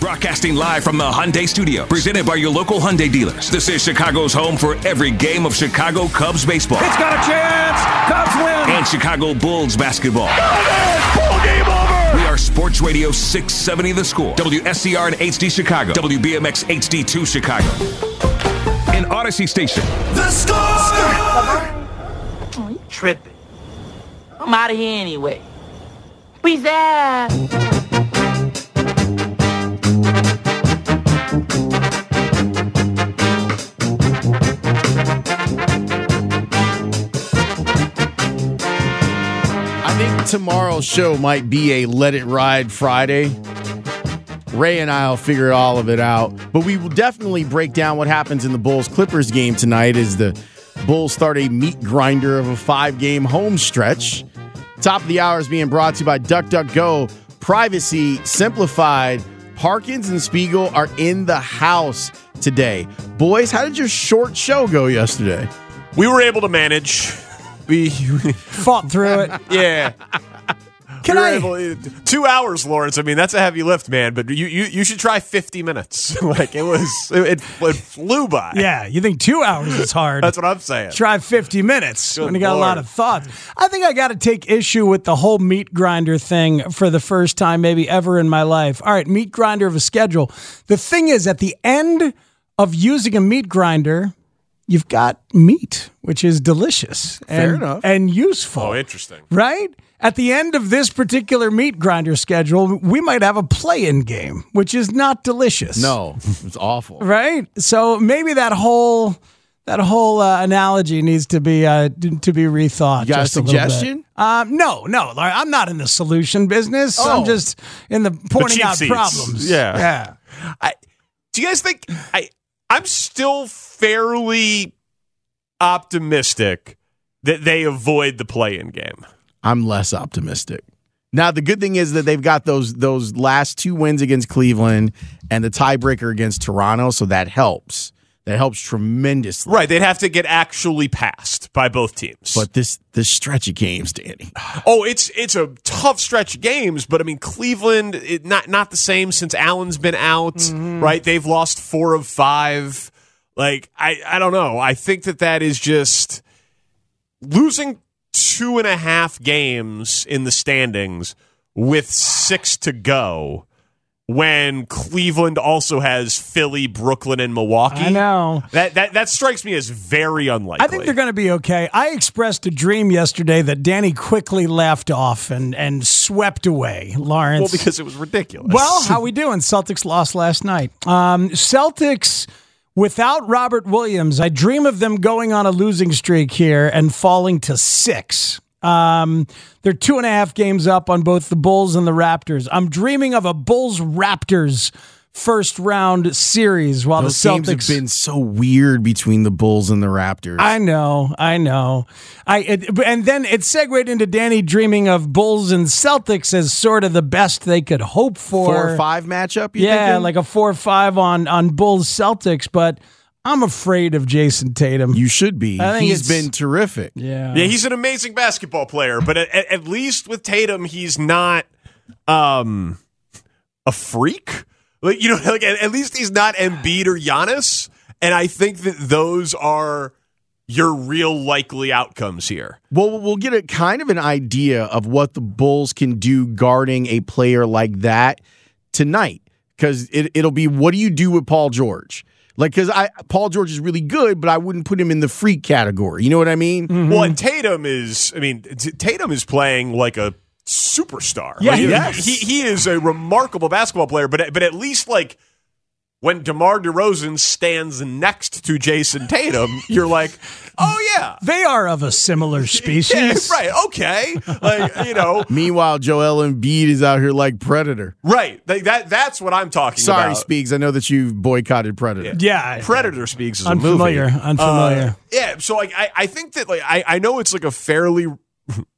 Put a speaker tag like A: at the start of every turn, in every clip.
A: Broadcasting live from the Hyundai Studio, presented by your local Hyundai dealers. This is Chicago's home for every game of Chicago Cubs baseball.
B: It's got a chance! Cubs win!
A: And Chicago Bulls basketball.
B: Full game over!
A: We are Sports Radio 670 The Score, WSCR and HD Chicago, WBMX HD2 Chicago, and Odyssey Station.
B: The Score!
C: Oh, you tripping. I'm out of here anyway. Peace out!
D: tomorrow's show might be a Let It Ride Friday. Ray and I will figure all of it out, but we will definitely break down what happens in the Bulls Clippers game tonight as the Bulls start a meat grinder of a five game home stretch. Top of the hour is being brought to you by DuckDuckGo. Privacy simplified. Parkins and Spiegel are in the house today. Boys, how did your short show go yesterday?
E: We were able to manage
D: we
F: fought through it.
E: Yeah.
F: Can
E: we
F: I?
E: Able, uh, two hours, Lawrence. I mean, that's a heavy lift, man. But you you, you should try fifty minutes. like it was, it, it, it, flew by.
F: Yeah, you think two hours is hard?
E: that's what I'm saying.
F: Try fifty minutes
E: Good
F: when you got
E: Lord.
F: a lot of thoughts. I think I got to take issue with the whole meat grinder thing for the first time maybe ever in my life. All right, meat grinder of a schedule. The thing is, at the end of using a meat grinder, you've got meat, which is delicious
D: Fair
F: and,
D: enough.
F: and useful.
E: Oh, interesting.
F: Right? At the end of this particular meat grinder schedule, we might have a play in game, which is not delicious.
D: No, it's awful.
F: Right? So maybe that whole. That whole uh, analogy needs to be uh, d- to be rethought.
D: You got a
F: just little bit.
D: suggestion?
F: Um, no, no. Larry, I'm not in the solution business.
D: Oh.
F: I'm just in the pointing
E: cheap
F: out
E: seats.
F: problems.
E: Yeah.
F: yeah.
E: I, do you guys think I I'm still fairly optimistic that they avoid the play-in game?
D: I'm less optimistic. Now the good thing is that they've got those those last two wins against Cleveland and the tiebreaker against Toronto, so that helps. That helps tremendously.
E: Right, they'd have to get actually passed by both teams.
D: But this this stretch of games, Danny.
E: Oh, it's it's a tough stretch of games, but I mean Cleveland it, not not the same since Allen's been out, right? They've lost 4 of 5. Like I I don't know. I think that that is just losing two and a half games in the standings with 6 to go when Cleveland also has Philly, Brooklyn and Milwaukee.
F: I know.
E: That that that strikes me as very unlikely.
F: I think they're going to be okay. I expressed a dream yesterday that Danny quickly laughed off and, and swept away, Lawrence.
E: well because it was ridiculous.
F: Well, how we doing? Celtics lost last night. Um, Celtics without Robert Williams. I dream of them going on a losing streak here and falling to six. Um, they're two and a half games up on both the Bulls and the Raptors. I'm dreaming of a Bulls Raptors first round series while
D: Those
F: the Celtics
D: games have been so weird between the Bulls and the Raptors.
F: I know, I know. I it, and then it segued into Danny dreaming of Bulls and Celtics as sort of the best they could hope for.
D: Four or five matchup, you
F: yeah,
D: thinking?
F: like a four or five on on Bulls Celtics. But I'm afraid of Jason Tatum.
D: you should be.
F: I think
D: He's
F: it's-
D: been terrific.
F: yeah,
E: Yeah, he's an amazing basketball player, but at, at at least with Tatum, he's not um a freak. Like you know, like at, at least he's not Embiid or Giannis. And I think that those are your real likely outcomes here.
D: Well, we'll get a kind of an idea of what the Bulls can do guarding a player like that tonight because it, it'll be what do you do with Paul George? Like, because I Paul George is really good, but I wouldn't put him in the freak category. You know what I
F: Hmm.
D: mean?
E: Well, and Tatum is. I mean, T- Tatum is playing like a superstar.
D: Yeah,
E: Like,
D: he
E: he,
D: is.
E: he he is a remarkable basketball player. But but at least like when DeMar DeRozan stands next to Jason Tatum, you're like, oh yeah,
F: They are of a similar
E: yeah,
F: species.
E: right, okay, like you know,
D: Meanwhile, Joel Embiid is out here like Predator.
E: right. Like, that that's what I'm talking
D: Sorry,
E: about.
D: Speaks. I know that you've boycotted Predator.
F: Yeah.
E: Predator speaks as
F: Unfamiliar,
E: a movie.
F: unfamiliar.
E: Uh, yeah, so like I, I think that like I, I know it's like a fairly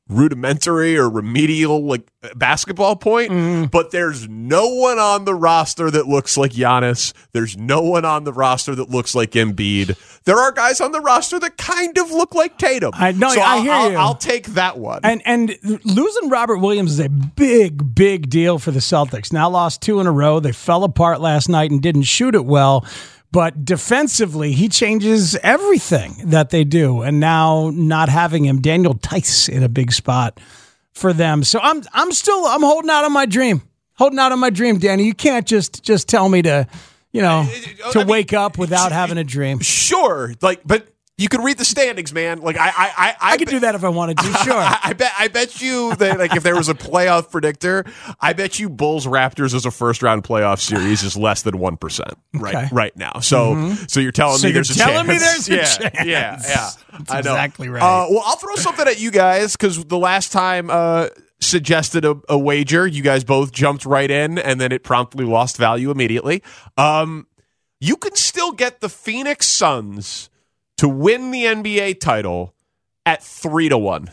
E: rudimentary or remedial like basketball point,
F: Mm-hmm.
E: but there's no one on the roster that looks like Giannis. There's no one on the roster that looks like Embiid. There are guys on the roster that kind of look like Tatum.
F: I know,
E: So
F: I
E: I'll-
F: hear
E: I'll-
F: you.
E: I'll take that one.
F: And and losing Robert Williams is a big big deal for the Celtics. Now lost two in a row. They fell apart last night and didn't shoot it well. But defensively, he changes everything that they do. And now not having him, Daniel Tice in a big spot for them. So I'm I'm still I'm holding out on my dream. Holding out on my dream, Danny. You can't just just tell me to, you know, to wake up without having a dream.
E: sure, like but you could read the standings, man. Like I I I, I,
F: I could do that if I wanted to. Sure.
E: I, I bet I bet you that like if there was a playoff predictor, I bet you Bulls Raptors as a first round playoff series is less than one percent right
F: Okay. Mm-hmm.
E: right now. So so you're telling
F: So
E: me
F: you're
E: there's
F: telling me
E: a chance.
F: there's a
E: yeah, Yeah,
F: chance.
E: yeah.
F: That's
E: I know.
F: exactly right.
E: Uh, well, I'll throw something at you guys because the last time uh, suggested a, a wager, you guys both jumped right in, and then it promptly lost value immediately. Um, you can still get the Phoenix Suns to win the NBA title at three to one.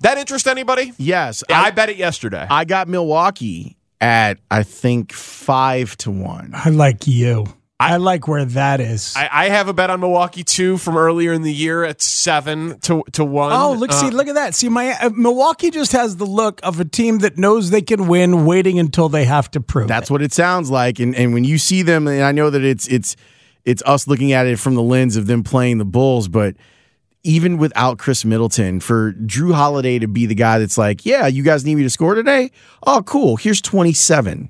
E: That interest anybody?
D: Yes,
E: Yeah, I, bet it yesterday.
D: I got Milwaukee at I think five to one.
F: I like you. I like where that is.
E: I, I have a bet on Milwaukee too from earlier in the year at seven to to one.
F: Oh, look! see,
E: Uh,
F: look at that. See, my uh, Milwaukee just has the look of a team that knows they can win, waiting until they have to prove.
D: That's what it sounds like. And and when you see them, and I know that it's it's it's us looking at it from the lens of them playing the Bulls, but even without Chris Middleton, for Drew Holiday to be the guy that's like, yeah, you guys need me to score today? Oh, cool. Here's 27.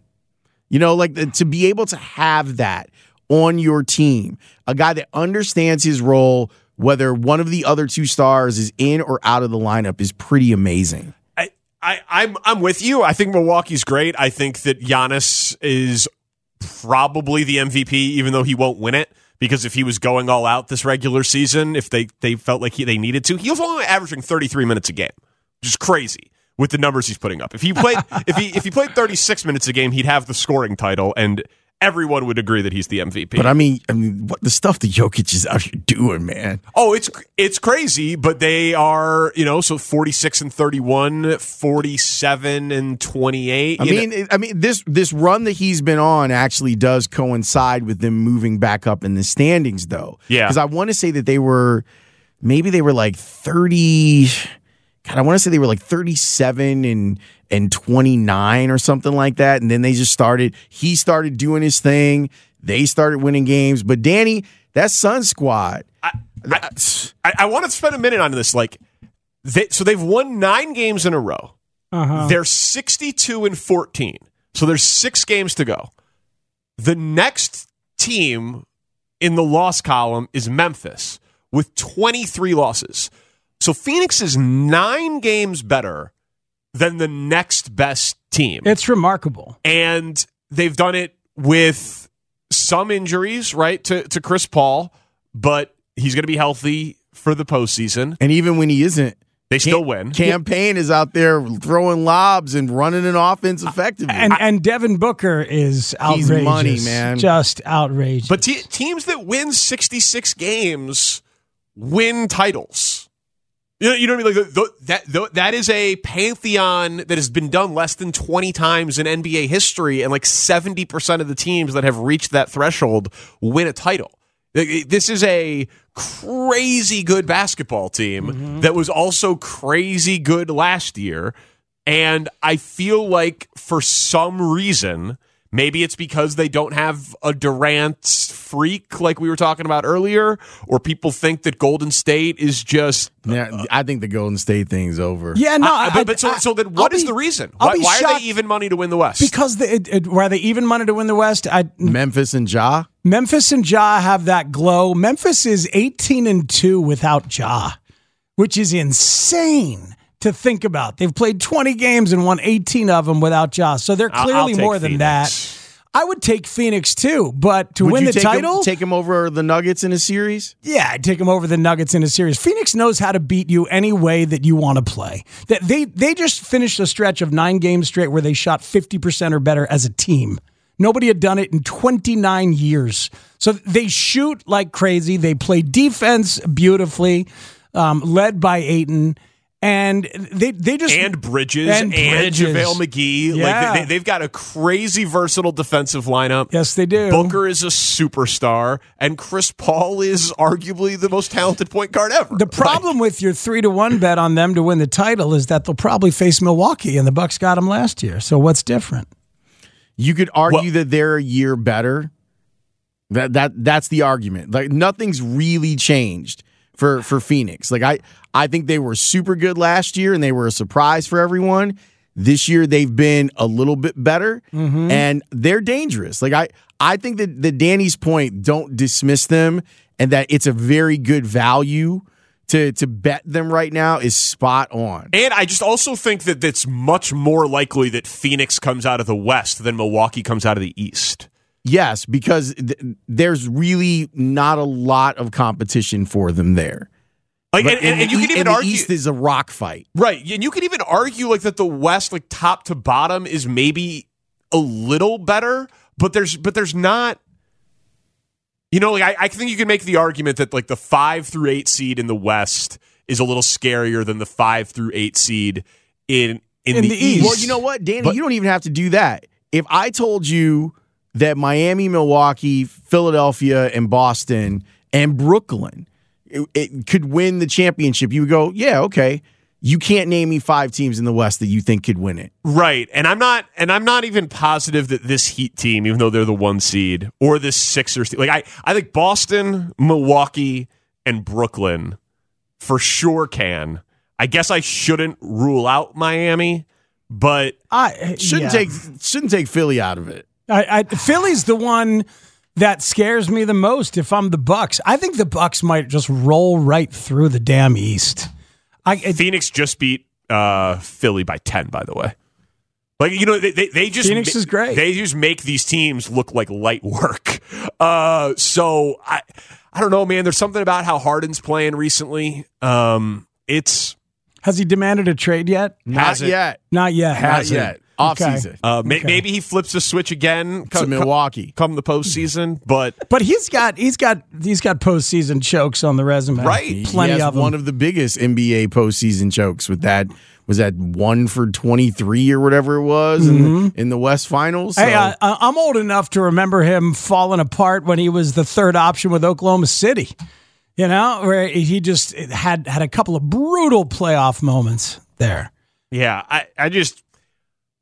D: You know, like the, to be able to have that on your team, a guy that understands his role, whether one of the other two stars is in or out of the lineup, is pretty amazing.
E: I, I I'm I'm with you. I think Milwaukee's great. I think that Giannis is probably the MVP, even though he won't win it. Because if he was going all out this regular season, if they, they felt like he, they needed to, he was only averaging 33 minutes a game, which is crazy with the numbers he's putting up. If he played if he if he played 36 minutes a game, he'd have the scoring title, and everyone would agree that he's the MVP.
D: But I mean, I mean, what the stuff that Jokic is out here doing, man.
E: Oh, it's it's crazy, but they are, you know, so 46 and 31, 47 and 28.
D: I
E: you know.
D: mean, it- I mean this this run that he's been on actually does coincide with them moving back up in the standings, though.
E: Yeah.
D: because I want to say that they were maybe they were like thirty. God, I want to say they were like thirty-seven and and twenty-nine or something like that, and then they just started. He started doing his thing. They started winning games, but Danny, that Sun squad. That's-
E: I, I want to spend a minute on this. Like, they, so they've won nine games in a row.
F: Uh-huh.
E: They're 62 and 14. So there's six games to go. The next team in the loss column is Memphis with 23 losses. So Phoenix is nine games better than the next best team.
F: It's remarkable.
E: and they've done it with some injuries, right, to, to Chris Paul, but he's going to be healthy for the postseason.
D: and even when he isn't,
E: They still win.
D: campaign is out there throwing lobs and running an offense effectively.
F: And and Devin Booker is
D: He's
F: outrageous.
D: money, man.
F: Just outrageous.
E: But te- teams that win 66 games win titles. You know, you know what I mean? Like, th- th- that, th- that is a pantheon that has been done less than 20 times in NBA history, and like 70% of the teams that have reached that threshold win a title. Like, it- This is a crazy good basketball team that was also crazy good last year. And I feel like for some reason, Maybe it's because they don't have a Durant freak like we were talking about earlier, or people think that Golden State is just.
D: Yeah, I think the Golden State thing's over.
F: Uh, Yeah, no.
E: I- but, but so,
F: I-
E: so then,
F: I'll
E: what is
F: be-
E: the reason?
F: I'll
E: Why,
F: be
E: why are
F: shocked
E: they even money to win the West?
F: because they, it, it, were they even money to win the West? I,
D: Memphis and Ja.
F: Memphis and Ja have that glow. Memphis is 18 and 2 without Ja, which is insane to think about. They've played 20 games and won 18 of them without Ja. So they're
E: I'll- I'll
F: clearly
E: take
F: more than that. I would take Phoenix too, but to
D: Would
F: win the
D: you take
F: title,
D: him, take him over the Nuggets in a series.
F: yeah, I'd take them over the Nuggets in a series. Phoenix knows how to beat you any way that you want to play. That they they just finished a stretch of nine games straight where they shot fifty percent or better as a team. Nobody had done it in twenty nine years. So they shoot like crazy. They play defense beautifully, um, led by Aiton, and they they just
E: and Bridges
F: And
E: and,
F: Bridges.
E: JaVale McGee.
F: Yeah.
E: Like they, have got a crazy versatile defensive lineup.
F: yes they do.
E: Booker is a superstar, and Chris Paul is arguably the most talented point guard ever.
F: The problem with your three to one bet on them to win the title is that they'll probably face Milwaukee, and the Bucks got them last year. So what's different?
D: You could argue that they're a year better. That that that's the argument. Like nothing's really changed for for Phoenix. Like I I think they were super good last year and they were a surprise for everyone. This year they've been a little bit better and they're dangerous. Like I I think that the Danny's point don't dismiss them and that it's a very good value to to bet them right now is spot on.
E: And I just also think that it's much more likely that Phoenix comes out of the West than Milwaukee comes out of the East.
D: Yes, because th- there's really not a lot of competition for them there.
E: Like,
D: But
E: and, and,
D: in
E: and
D: the
E: you
D: E-
E: can
D: in
E: even
D: the
E: argue,
D: East is a rock fight.
E: right? And you can even argue like that the West, like top to bottom, is maybe a little better, but there's but there's not. You know, like I, I think you can make the argument that like the five through eight seed in the West is a little scarier than the five through eight seed in in, the, East.
D: Well, you know what, Danny, you don't even have to do that. If I told you that Miami, Milwaukee, Philadelphia, and Boston and Brooklyn it, it could win the championship, you would go, "Yeah, okay." You can't name me five teams in the West that you think could win it.
E: Right. And I'm not and I'm not even positive that this Heat team, even though they're the one seed, or this Sixers team. Like I, I think Boston, Milwaukee, and Brooklyn for sure can. I guess I shouldn't rule out Miami, but
F: I uh,
D: Shouldn't
F: yeah.
D: take shouldn't take Philly out of it.
F: I, I Philly's the one that scares me the most. If I'm the Bucks, I think the Bucks might just roll right through the damn East. I it,
E: Phoenix just beat uh, Philly by ten, by the way. Like you know, they they, they just
F: Phoenix is great.
E: They just make these teams look like light work. Uh, so I I don't know, man. There's something about how Harden's playing recently. Um, it's
F: has he demanded a trade yet?
D: Not
E: Hasn't.
D: yet.
F: Not yet.
D: Not yet. Off season.
E: uh, may, maybe he flips a switch again
D: To
E: come,
D: Milwaukee.
E: come the postseason, but
F: But he's got he's got he's got postseason chokes on the resume.
E: Right.
F: Plenty
D: he has
F: of them.
D: one of the biggest NBA postseason chokes with that was that one for twenty three or whatever it was in, the, in the West Finals. So
F: Hey, I, I- I'm old enough to remember him falling apart when he was the third option with Oklahoma City. You know, where he just had had a couple of brutal playoff moments there.
E: Yeah, I, I just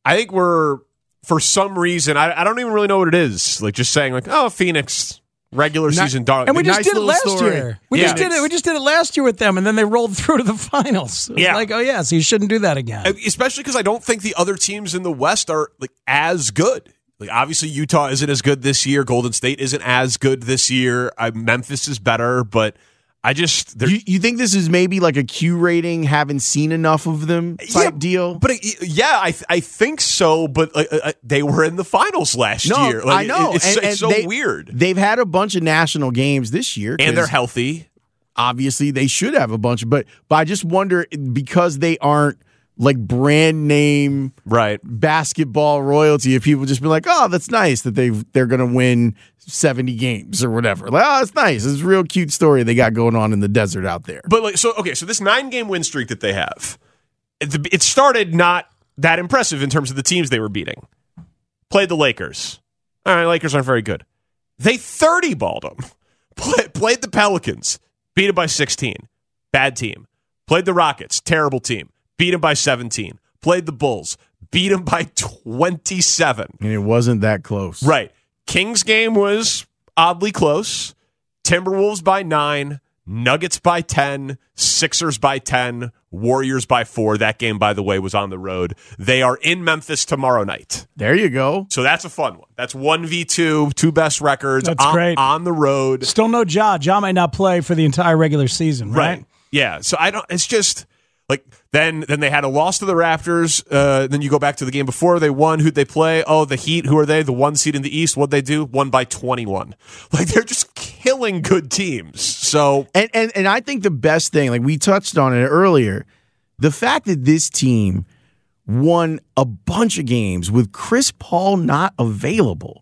E: I think we're for some reason I, I don't even really know what it is. Like just saying like oh Phoenix regular
D: Not-
E: season darling.
F: And we
D: A
F: just
D: nice
F: did it
D: little
F: last
D: story.
F: year. We
E: Yeah.
F: just did it. We just did it last year with them, and then they rolled through to the finals. It was
E: Yeah.
F: like oh yeah, so you shouldn't do that again.
E: especially because I don't think the other teams in the West are like as good. Like obviously Utah isn't as good this year. Golden State isn't as good this year. I, Memphis is better, but I just they're
D: you, you think this is maybe like a Q rating? Haven't seen enough of them type
E: Yeah,
D: deal.
E: But it, yeah, I I think so. But uh, uh, they were in the finals last
D: no,
E: year.
D: I
E: Like,
D: know.
E: it- it's,
D: and-
E: so- it's
D: and
E: so
D: they-
E: weird.
D: They've had a bunch of national games this year,
E: And they're
D: 'cause
E: healthy.
D: obviously they should have a bunch. But but I just wonder because they aren't like brand name
E: Right.
D: basketball royalty if people just be like, oh, that's nice that they they're gonna win seventy games or whatever. Like, oh, that's nice. It's a real cute story they got going on in the desert out there.
E: But like, so okay, so this nine game win streak that they have, it, it started not that impressive in terms of the teams they were beating. Played the Lakers. All right, Lakers aren't very good. They thirty balled them. Play, played the Pelicans, beat it by sixteen. Bad team. Played the Rockets, terrible team. Beat them by seventeen. Played the Bulls, beat them by 27.
D: And it wasn't that close.
E: Right. Kings game was oddly close. Timberwolves by nine, Nuggets by 10, Sixers by 10, Warriors by four. That game, by the way, was on the road. They are in Memphis tomorrow night.
D: There you go.
E: So that's a fun one. That's 1v2, two best records
F: That's
E: on,
F: great.
E: on the road.
F: Still no Ja. Ja might not play for the entire regular season, right?
E: Yeah. So I don't. It's just like then then they had a loss to the Raptors. Uh, then you go back to the game before they won. Who'd they play? Oh, the Heat. Who are they? The one seed in the East. What'd they do? Won by twenty one. Like they're just killing good teams. So
D: and, and and I think the best thing, like we touched on it earlier, the fact that this team won a bunch of games with Chris Paul not available.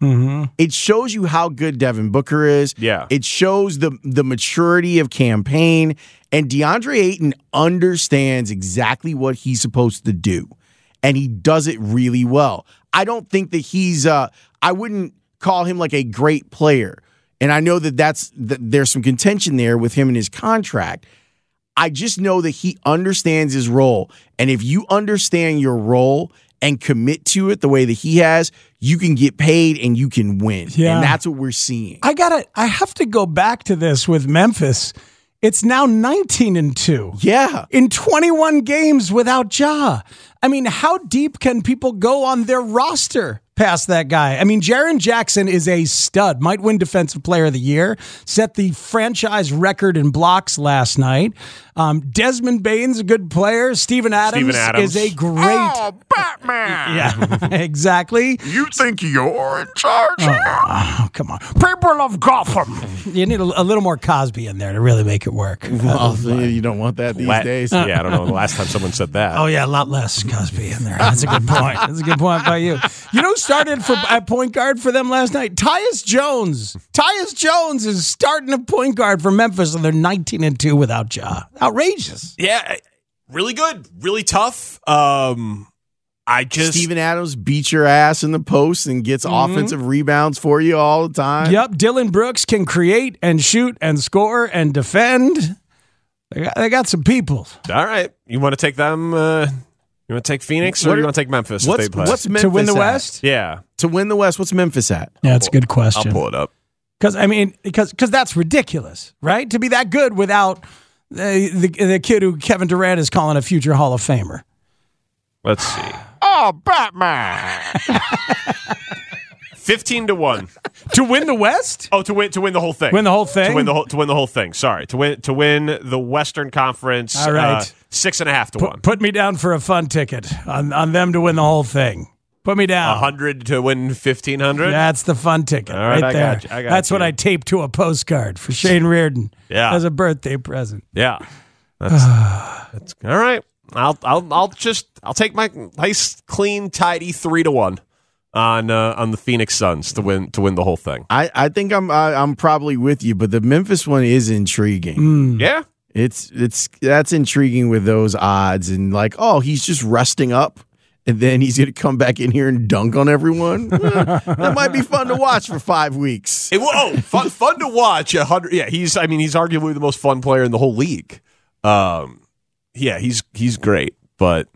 D: It shows you how good Devin Booker is.
E: Yeah.
D: It shows the the maturity of campaign. And DeAndre Ayton understands exactly what he's supposed to do. And he does it really well. I don't think that he's uh I wouldn't call him like a great player. And I know that that's that there's some contention there with him and his contract. I just know that he understands his role. And if you understand your role and commit to it the way that he has, you can get paid and you can win.
F: Yeah.
D: And that's what we're seeing.
F: I gotta I have to go back to this with Memphis. It's now 19 and 2.
D: Yeah.
F: In 21 games without Ja. I mean, how deep can people go on their roster past that guy? I mean, Jaron Jackson is a stud, might win defensive player of the year, set the franchise record in blocks last night. Um, Desmond Bain's a good player. Steven Adams,
E: Steven Adams.
F: is a great
B: Batman!
F: Yeah, exactly.
B: You think you're in charge?
F: Oh, come on. People of Gotham. You need a, a little more Cosby in there to really make it work.
D: Well, Oh, you don't want that these
E: Let-
D: days.
F: Uh,
E: yeah, I don't know. The last time someone said that.
F: Oh yeah, a lot less Cosby in there. That's a good point. That's a good point by you. You know, who started for at point guard for them last night. Tyus Jones. Tyus Jones is starting at point guard for Memphis, and they're nineteen and two without Ja. Outrageous.
E: Yeah, really good, really tough. Um, I just
D: Steven Adams beats your ass in the post and gets
F: Mm-hmm.
D: offensive rebounds for you all the time.
F: Yep, Dylan Brooks can create and shoot and score and defend. They got, they got some people.
E: all right. You want to take them? Uh, you want to take Phoenix, or
D: What
E: you
D: are-
E: want to take Memphis?
D: What's,
E: if they play?
D: what's Memphis
F: to win the
D: at?
F: West?
E: yeah?
D: To win the West, what's Memphis at?
F: Yeah, that's a good
E: I'll
F: question.
E: pull it up.
F: Because I mean, because because that's ridiculous, right? To be that good without the, the the kid who Kevin Durant is calling a future Hall of Famer.
E: Let's see.
B: Oh, Batman!
E: 15 to 1
F: to win the West?
E: oh to win to win the whole thing
F: Win the whole thing?
E: to win the whole to win the whole thing sorry to win to win the western conference
F: All right.
E: uh, six and a half to one
F: Put, put me down for a fun ticket on, on them to win the whole thing. Put me down.
E: 100 to win 1500
F: That's the fun ticket
E: All right,
F: right
E: I
F: there.
E: got you. I got
F: That's what
E: you.
F: I taped to a postcard for Shane Reardon
E: Yeah.
F: as a birthday present.
E: yeah that's, that's all right I'll, I'll i'll just i'll take my nice clean tidy three to one on uh, on the phoenix suns to win to win the whole thing
D: I, I think I'm I, I'm probably with you, but the Memphis one is intriguing.
F: Mm. Hmm.
E: yeah
D: It's it's that's intriguing with those odds and like, oh, he's just resting up and then he's gonna come back in here and dunk on everyone. Eh, that might be fun to watch for five weeks.
E: It, whoa, fun, fun to watch. A hundred. Yeah, he's. I mean, he's arguably the most fun player in the whole league. Um, yeah, he's he's great. But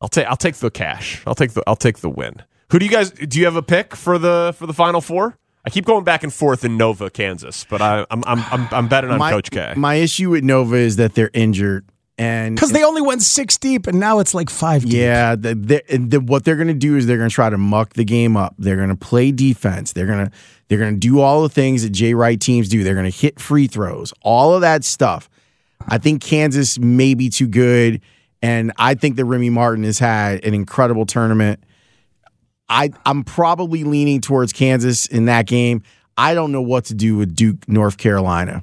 E: I'll take I'll take the cash. I'll take the I'll take the win. Who do you guys? Do you have a pick for the for the final four? I keep going back and forth in Nova, Kansas, but I, I'm I'm I'm I'm betting on
D: my,
E: Coach K.
D: my issue with Nova is that they're injured and
F: Because they only went six deep, and now it's like five deep.
D: Yeah, the, the, and the, what they're going to do is they're going to try to muck the game up. They're going to play defense. They're going to they're going to do all the things that Jay Wright teams do. They're going to hit free throws, all of that stuff. I think Kansas may be too good, and I think that Remy Martin has had an incredible tournament. I I'm probably leaning towards Kansas in that game. I don't know what to do with Duke, North Carolina.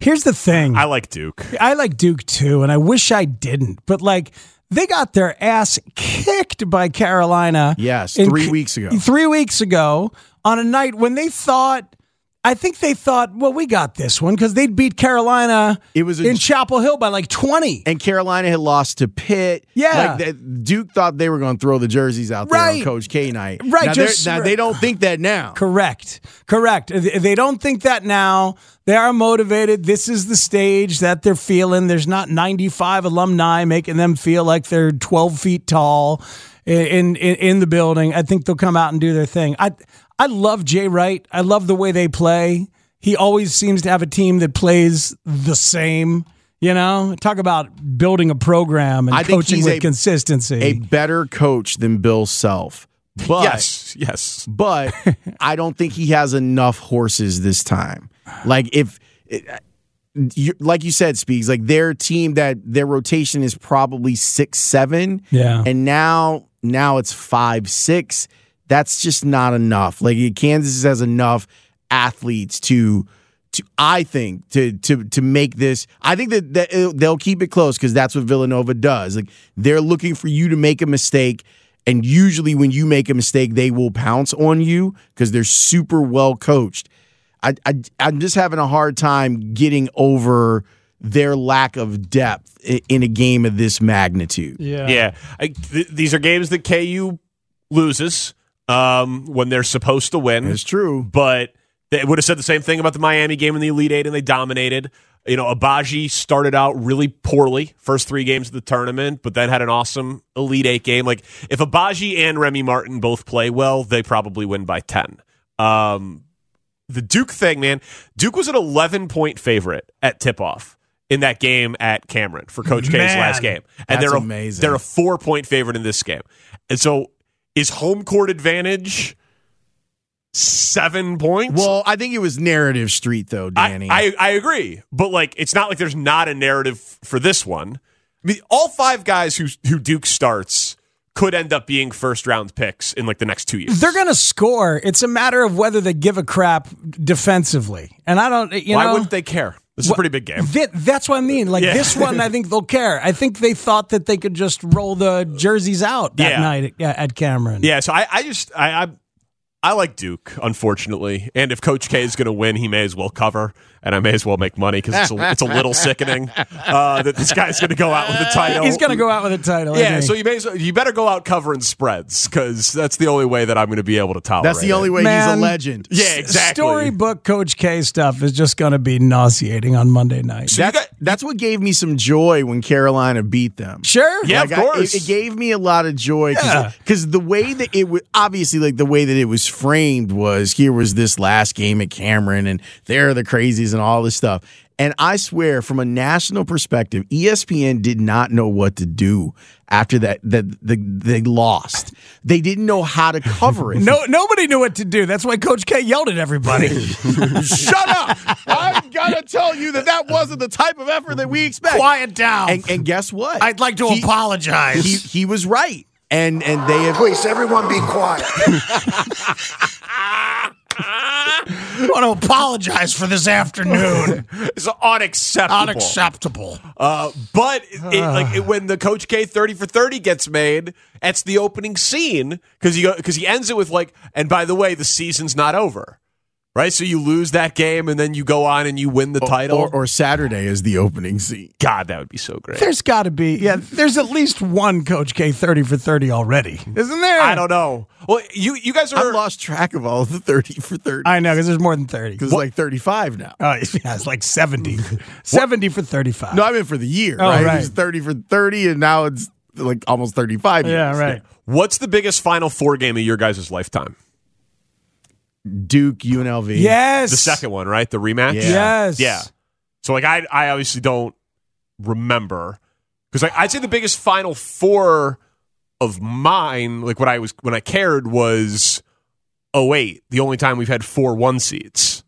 F: Here's the thing.
E: I like Duke.
F: I like Duke too, and I wish I didn't. But like, they got their ass kicked by Carolina.
D: Yes,
F: in-
D: three weeks ago.
F: Three weeks ago, on a night when they thought, I think they thought, well, we got this one because they'd beat Carolina.
D: It was a
F: in Chapel Hill by like twenty.
D: and Carolina had lost to Pitt.
F: Yeah.
D: like that, Duke thought they were going to throw the jerseys out there on
F: Right.
D: Coach K night.
F: Right,
D: now, they're-
F: just-
D: now they don't think that now.
F: Correct. Correct. They they don't think that now. They are motivated. This is the stage that they're feeling. There's not 95 alumni making them feel like they're 12 feet tall. in, in in the building. I think they'll come out and do their thing. I I love Jay Wright. I love the way they play. He always seems to have a team that plays the same. You know, talk about building a program and
D: I think
F: coaching
D: he's
F: with
D: a-
F: consistency.
D: A better coach than Bill Self. But,
E: Yes, yes.
D: But I don't think he has enough horses this time. Like if eh, you, like you said, Speaks, like their team that their rotation is probably six seven.
F: Yeah.
D: And now now it's five six. That's just not enough. Like Kansas has enough athletes to to I think to to to make this. I think that, that it'll- they'll keep it close because that's what Villanova does. Like they're looking for you to make a mistake. And usually, when you make a mistake, they will pounce on you because they're super well coached. I, I I'm just having a hard time getting over their lack of depth i- in a game of this magnitude.
F: Yeah.
E: Yeah. I, th- these are games that KU loses um, when they're supposed to win.
D: It's true.
E: But they would have said the same thing about the Miami game in the Elite Eight, and they dominated. You know, Abaji started out really poorly first three games of the tournament, but then had an awesome Elite Eight game. Like, if Abaji and Remy Martin both play well, they probably win by 10. Um, the Duke thing, man. Duke was an 11 point favorite at tip off in that game at Cameron for Coach K's
D: Man,
E: last game.
D: that's
E: they're a,
D: amazing.
E: They're a four point favorite in this game. And so is home court advantage seven points?
D: Well, I think it was narrative street though, Danny.
E: I, I agree, but like it's not like there's not a narrative for this one. I mean, all five guys who who Duke starts could end up being first round picks in like the next two years.
F: They're going to score. It's a matter of whether they give a crap defensively. And I don't, you
E: Why
F: know.
E: wouldn't they care? This is a pretty big game.
F: Thi- that's what I mean. Like
E: Yeah.
F: this one, I think they'll care. I think they thought that they could just roll the jerseys out that
E: Yeah.
F: night at, at Cameron.
E: Yeah, so I, I just I, I I like Duke, unfortunately, and if Coach K is going to win, he may as well cover, and I may as well make money because it's a, it's a little sickening uh, that this guy's going to go out with the title.
F: He's going to go out with a title.
E: Yeah,
F: isn't he?
E: so you may as well, you better go out covering spreads because that's the only way that I'm going to be able to tolerate.
D: That's the only
E: it.
D: way he's
F: Man.
D: a legend.
E: Yeah, exactly.
F: Storybook Coach K stuff is just going to be nauseating on Monday night.
D: That's, that's what gave me some joy when Carolina beat them.
F: sure.
E: Yeah, of
D: Like, I- it-
E: course.
D: it, gave me a lot of joy
F: Yeah.
D: because the way that it was obviously like the way that it was framed was here was this last game at Cameron and they're the crazies and all this stuff. And I swear, from a national perspective, E ESPN did not know what to do after that. That the, they lost. They didn't know how to cover it.
F: No, nobody knew what to do. That's why Coach K yelled at everybody.
D: shut up! I've got to tell you that that wasn't the type of effort that we expect.
F: Quiet down.
D: And, and guess what?
F: I'd like to
D: He-
F: apologize.
D: He he was right, and and they have.
G: Please, everyone be quiet.
F: I want to apologize for this afternoon.
E: It's unacceptable.
F: Unacceptable.
E: Uh, but it, it- like it, when the Coach K thirty for thirty gets made, that's the opening scene because he because he ends it with like, and by the way, the season's not over, right? So you lose that game, and then you go on and you win the title.
D: Or, or Saturday is the opening scene.
E: God, that would be so great.
F: There's got to be, yeah, there's at least one Coach K 30 for 30 already, isn't there?
E: I don't know. Well, you you guys
D: I've
E: are
D: lost track of all the 30 for 30.
F: I know, because there's more than 30.
D: Because it's like 35 now.
F: Oh, yeah, it's like 70. 70 for 35.
D: No, I meant for the year,
F: Oh,
D: right?
F: right.
D: It was 30 for 30, and now it's like almost 35
F: yeah,
D: years.
F: right.
E: What's the biggest Final Four game of your guys' lifetime?
D: Duke, UNLV.
F: Yes.
E: The second one, right? The rematch.
D: Yeah.
F: Yes.
E: Yeah. So like I I obviously don't remember because like, I'd say the biggest Final Four of mine, like what I was when I cared was 08, the only time we've had four one seats.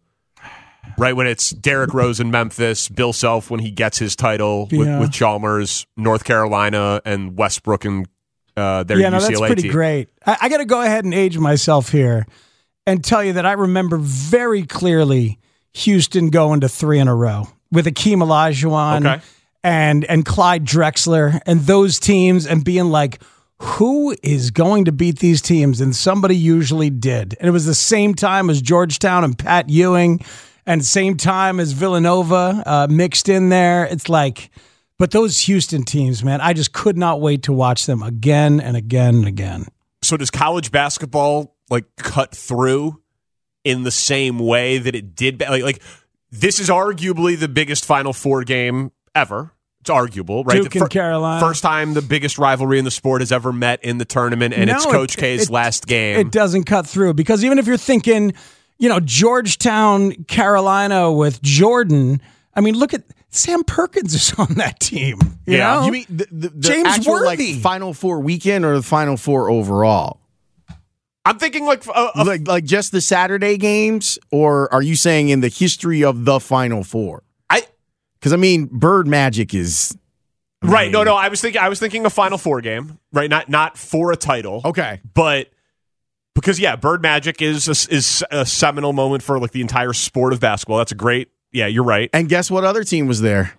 E: Right when it's Derrick Rose in Memphis, Bill Self when he gets his title
F: Yeah.
E: with, with Chalmers, North Carolina, and Westbrook and uh, their
F: yeah,
E: UCLA
F: no, that's pretty
E: team.
F: great. I, I got to go ahead and age myself here and tell you that I remember very clearly Houston going to three in a row with Akeem Olajuwon
E: Okay.
F: and and Clyde Drexler and those teams and being like, who is going to beat these teams? And somebody usually did. And it was the same time as Georgetown and Pat Ewing, and same time as Villanova uh, mixed in there. It's like. But those Houston teams, man, I just could not wait to watch them again and again and again.
E: so does college basketball like cut through in the same way that it did ba- like, like this is arguably the biggest final four game ever It's arguable, right?
F: Duke and Carolina.
E: First time the biggest rivalry in the sport has ever met in the tournament, and
F: No,
E: it's
F: it-
E: Coach K's
F: it-
E: last game.
F: It doesn't cut through because even if you're thinking, you know, Georgetown, Carolina with Jordan, I mean, look at Sam Perkins is on that team. You
D: Yeah.
F: know?
D: You mean the- the- the
F: James
D: actual, like,
F: Worthy?
D: Final Four weekend or the Final Four overall?
E: I'm thinking like a, a
D: like like just the Saturday games, or are you saying in the history of the Final Four?
E: I
D: because I mean Bird Magic is
E: Right. No, no. I was thinking. I was thinking a Final Four game. Right. Not not for a title.
D: Okay.
E: But because yeah, Bird Magic is a, is a seminal moment for like the entire sport of basketball. That's a great. Yeah, you're right.
D: And guess what other team was there?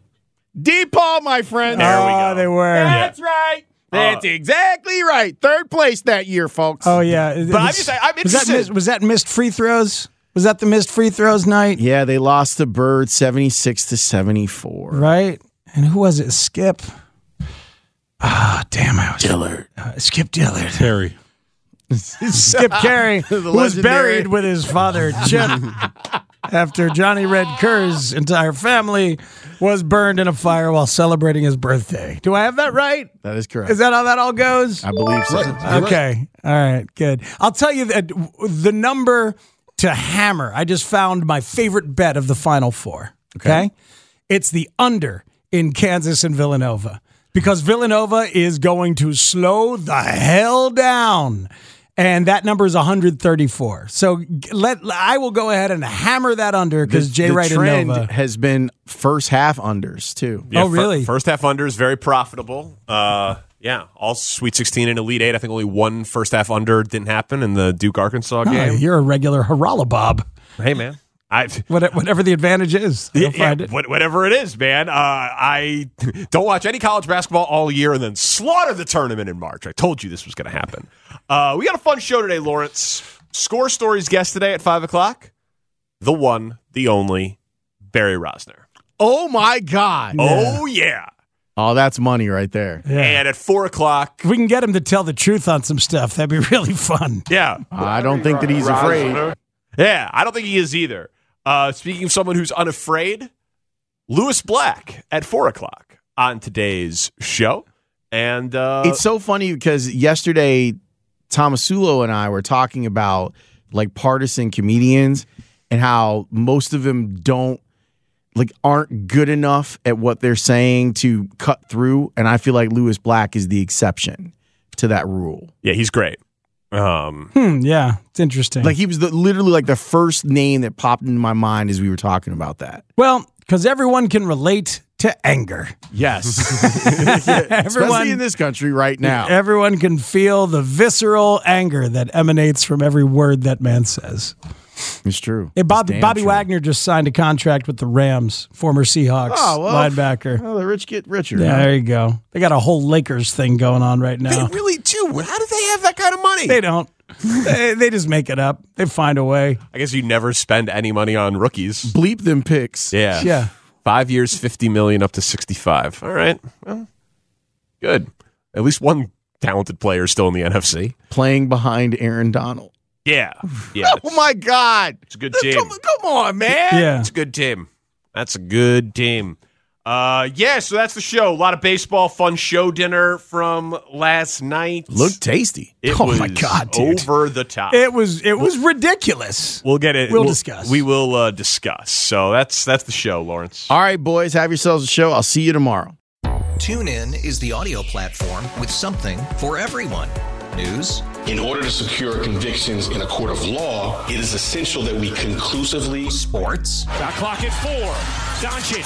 D: DePaul, my friend. Uh,
E: There we
F: Oh, they were.
D: That's right. That's exactly right. Third place that year, folks.
F: Oh yeah, It-
D: But I'm
F: it's-
D: just- I'm
F: was that
D: interested.
F: missed, was that missed free throws? Was that the missed free throws night?
D: Yeah, they lost to Bird 76 to 74.
F: Right. And who was it? Skip. Ah, damn! I was Dillard. Uh, Skip Dillard. Terry. Skip Carey,
D: The
F: who was
D: legendary.
F: buried with his father Chip after Johnny Red Kerr's entire family was burned in a fire while celebrating his birthday. Do I have that right?
D: That is correct.
F: Is that how that all goes?
D: I believe so.
F: Okay. All right. Good. I'll tell you that w- the number to hammer. I just found my favorite bet of the final four. Okay. It's the under in Kansas and Villanova because Villanova is going to slow the hell down. And that number is 134. So g- let I will go ahead and hammer that under because
D: The-
F: Jay
D: the
F: Wright and
D: trend
F: Nova.
D: has been first half unders too.
E: Yeah,
F: Oh,
E: fir-
F: really?
E: first half unders very profitable. Uh, yeah, all Sweet 16 and Elite Eight. I think only one first half under didn't happen in the Duke Arkansas
F: Oh,
E: game.
F: you're a regular harala bob.
E: Hey man, I
F: What- Whatever the advantage is,
E: Yeah,
F: You'll find
E: yeah,
F: it.
E: what- whatever it is, man. Uh, I don't watch any college basketball all year and then slaughter the tournament in March. I told you this was going to happen. Uh, we got a fun show today, Lawrence. Score Stories guest today at 5 o'clock. The one, the only, Barry Rosner.
D: Oh my God.
E: Oh, yeah.
D: Oh, that's money right there.
E: And at 4 o'clock,
F: If we can get him to tell the truth on some stuff, that'd be really fun.
E: yeah.
D: I don't think that he's afraid.
E: Yeah, I don't think he is either. Uh, speaking of someone who's unafraid, Lewis Black at 4 o'clock on today's show. And uh,
D: it's so funny because yesterday Tomasulo and I were talking about like partisan comedians and how most of them don't like aren't good enough at what they're saying to cut through and I feel like Lewis Black is the exception to that rule.
E: Yeah, he's great. Um,
F: Hmm, yeah, it's interesting.
D: Like he was the, literally like the first name that popped into my mind as we were talking about that.
F: well, because everyone can relate to anger.
D: Yes.
F: Everyone-
D: Especially in this country right now.
F: Everyone can feel the visceral anger that emanates from every word that man says.
D: It's true.
F: Hey, Bob,
D: It's damn
F: Bobby
D: true.
F: Wagner just signed a contract with the Rams, former Seahawks
D: Oh, well,
F: linebacker.
D: Oh, the rich get richer.
F: Yeah, there you go. They got a whole Lakers thing going on right now.
E: They really do. How do they have that kind of money?
F: They don't. they, they just make it up. They find a way.
E: I guess you never spend any money on rookies.
D: Bleep them picks.
E: Yeah.
F: Yeah.
E: Five years, 50 million up to 65. All right. Well, good. At least one talented player is still in the NFC.
D: Playing behind Aaron Donald.
E: Yeah. Yeah.
D: Oh my God.
E: It's a good team.
D: Come, come on, man.
F: Yeah.
E: It's a good team. That's a good team. Uh, yeah, so that's the show. A lot of baseball, fun show dinner from last night.
D: Look tasty.
E: it
D: oh
E: was
D: my God, dude.
E: over the top.
F: It was it was ridiculous.
E: We'll get it.
F: We'll discuss.
E: We will uh, discuss. So that's that's the show, Lawrence.
D: All right, boys. Have yourselves a show. I'll see you tomorrow.
H: TuneIn is the audio platform with something for everyone. News,
I: In order to secure convictions in a court of law, it is essential that we conclusively
H: sports,
J: The clock at four. Doncic.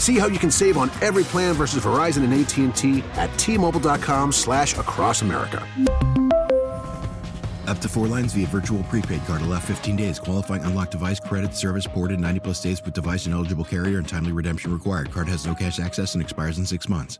K: See how you can save on every plan versus Verizon and AT&T at T-Mobile.com slash across America.
L: Up to four lines via virtual prepaid card. Allow 15 days. Qualifying unlocked device credit service ported 90 plus days with device and eligible carrier and timely redemption required. Card has no cash access and expires in six months.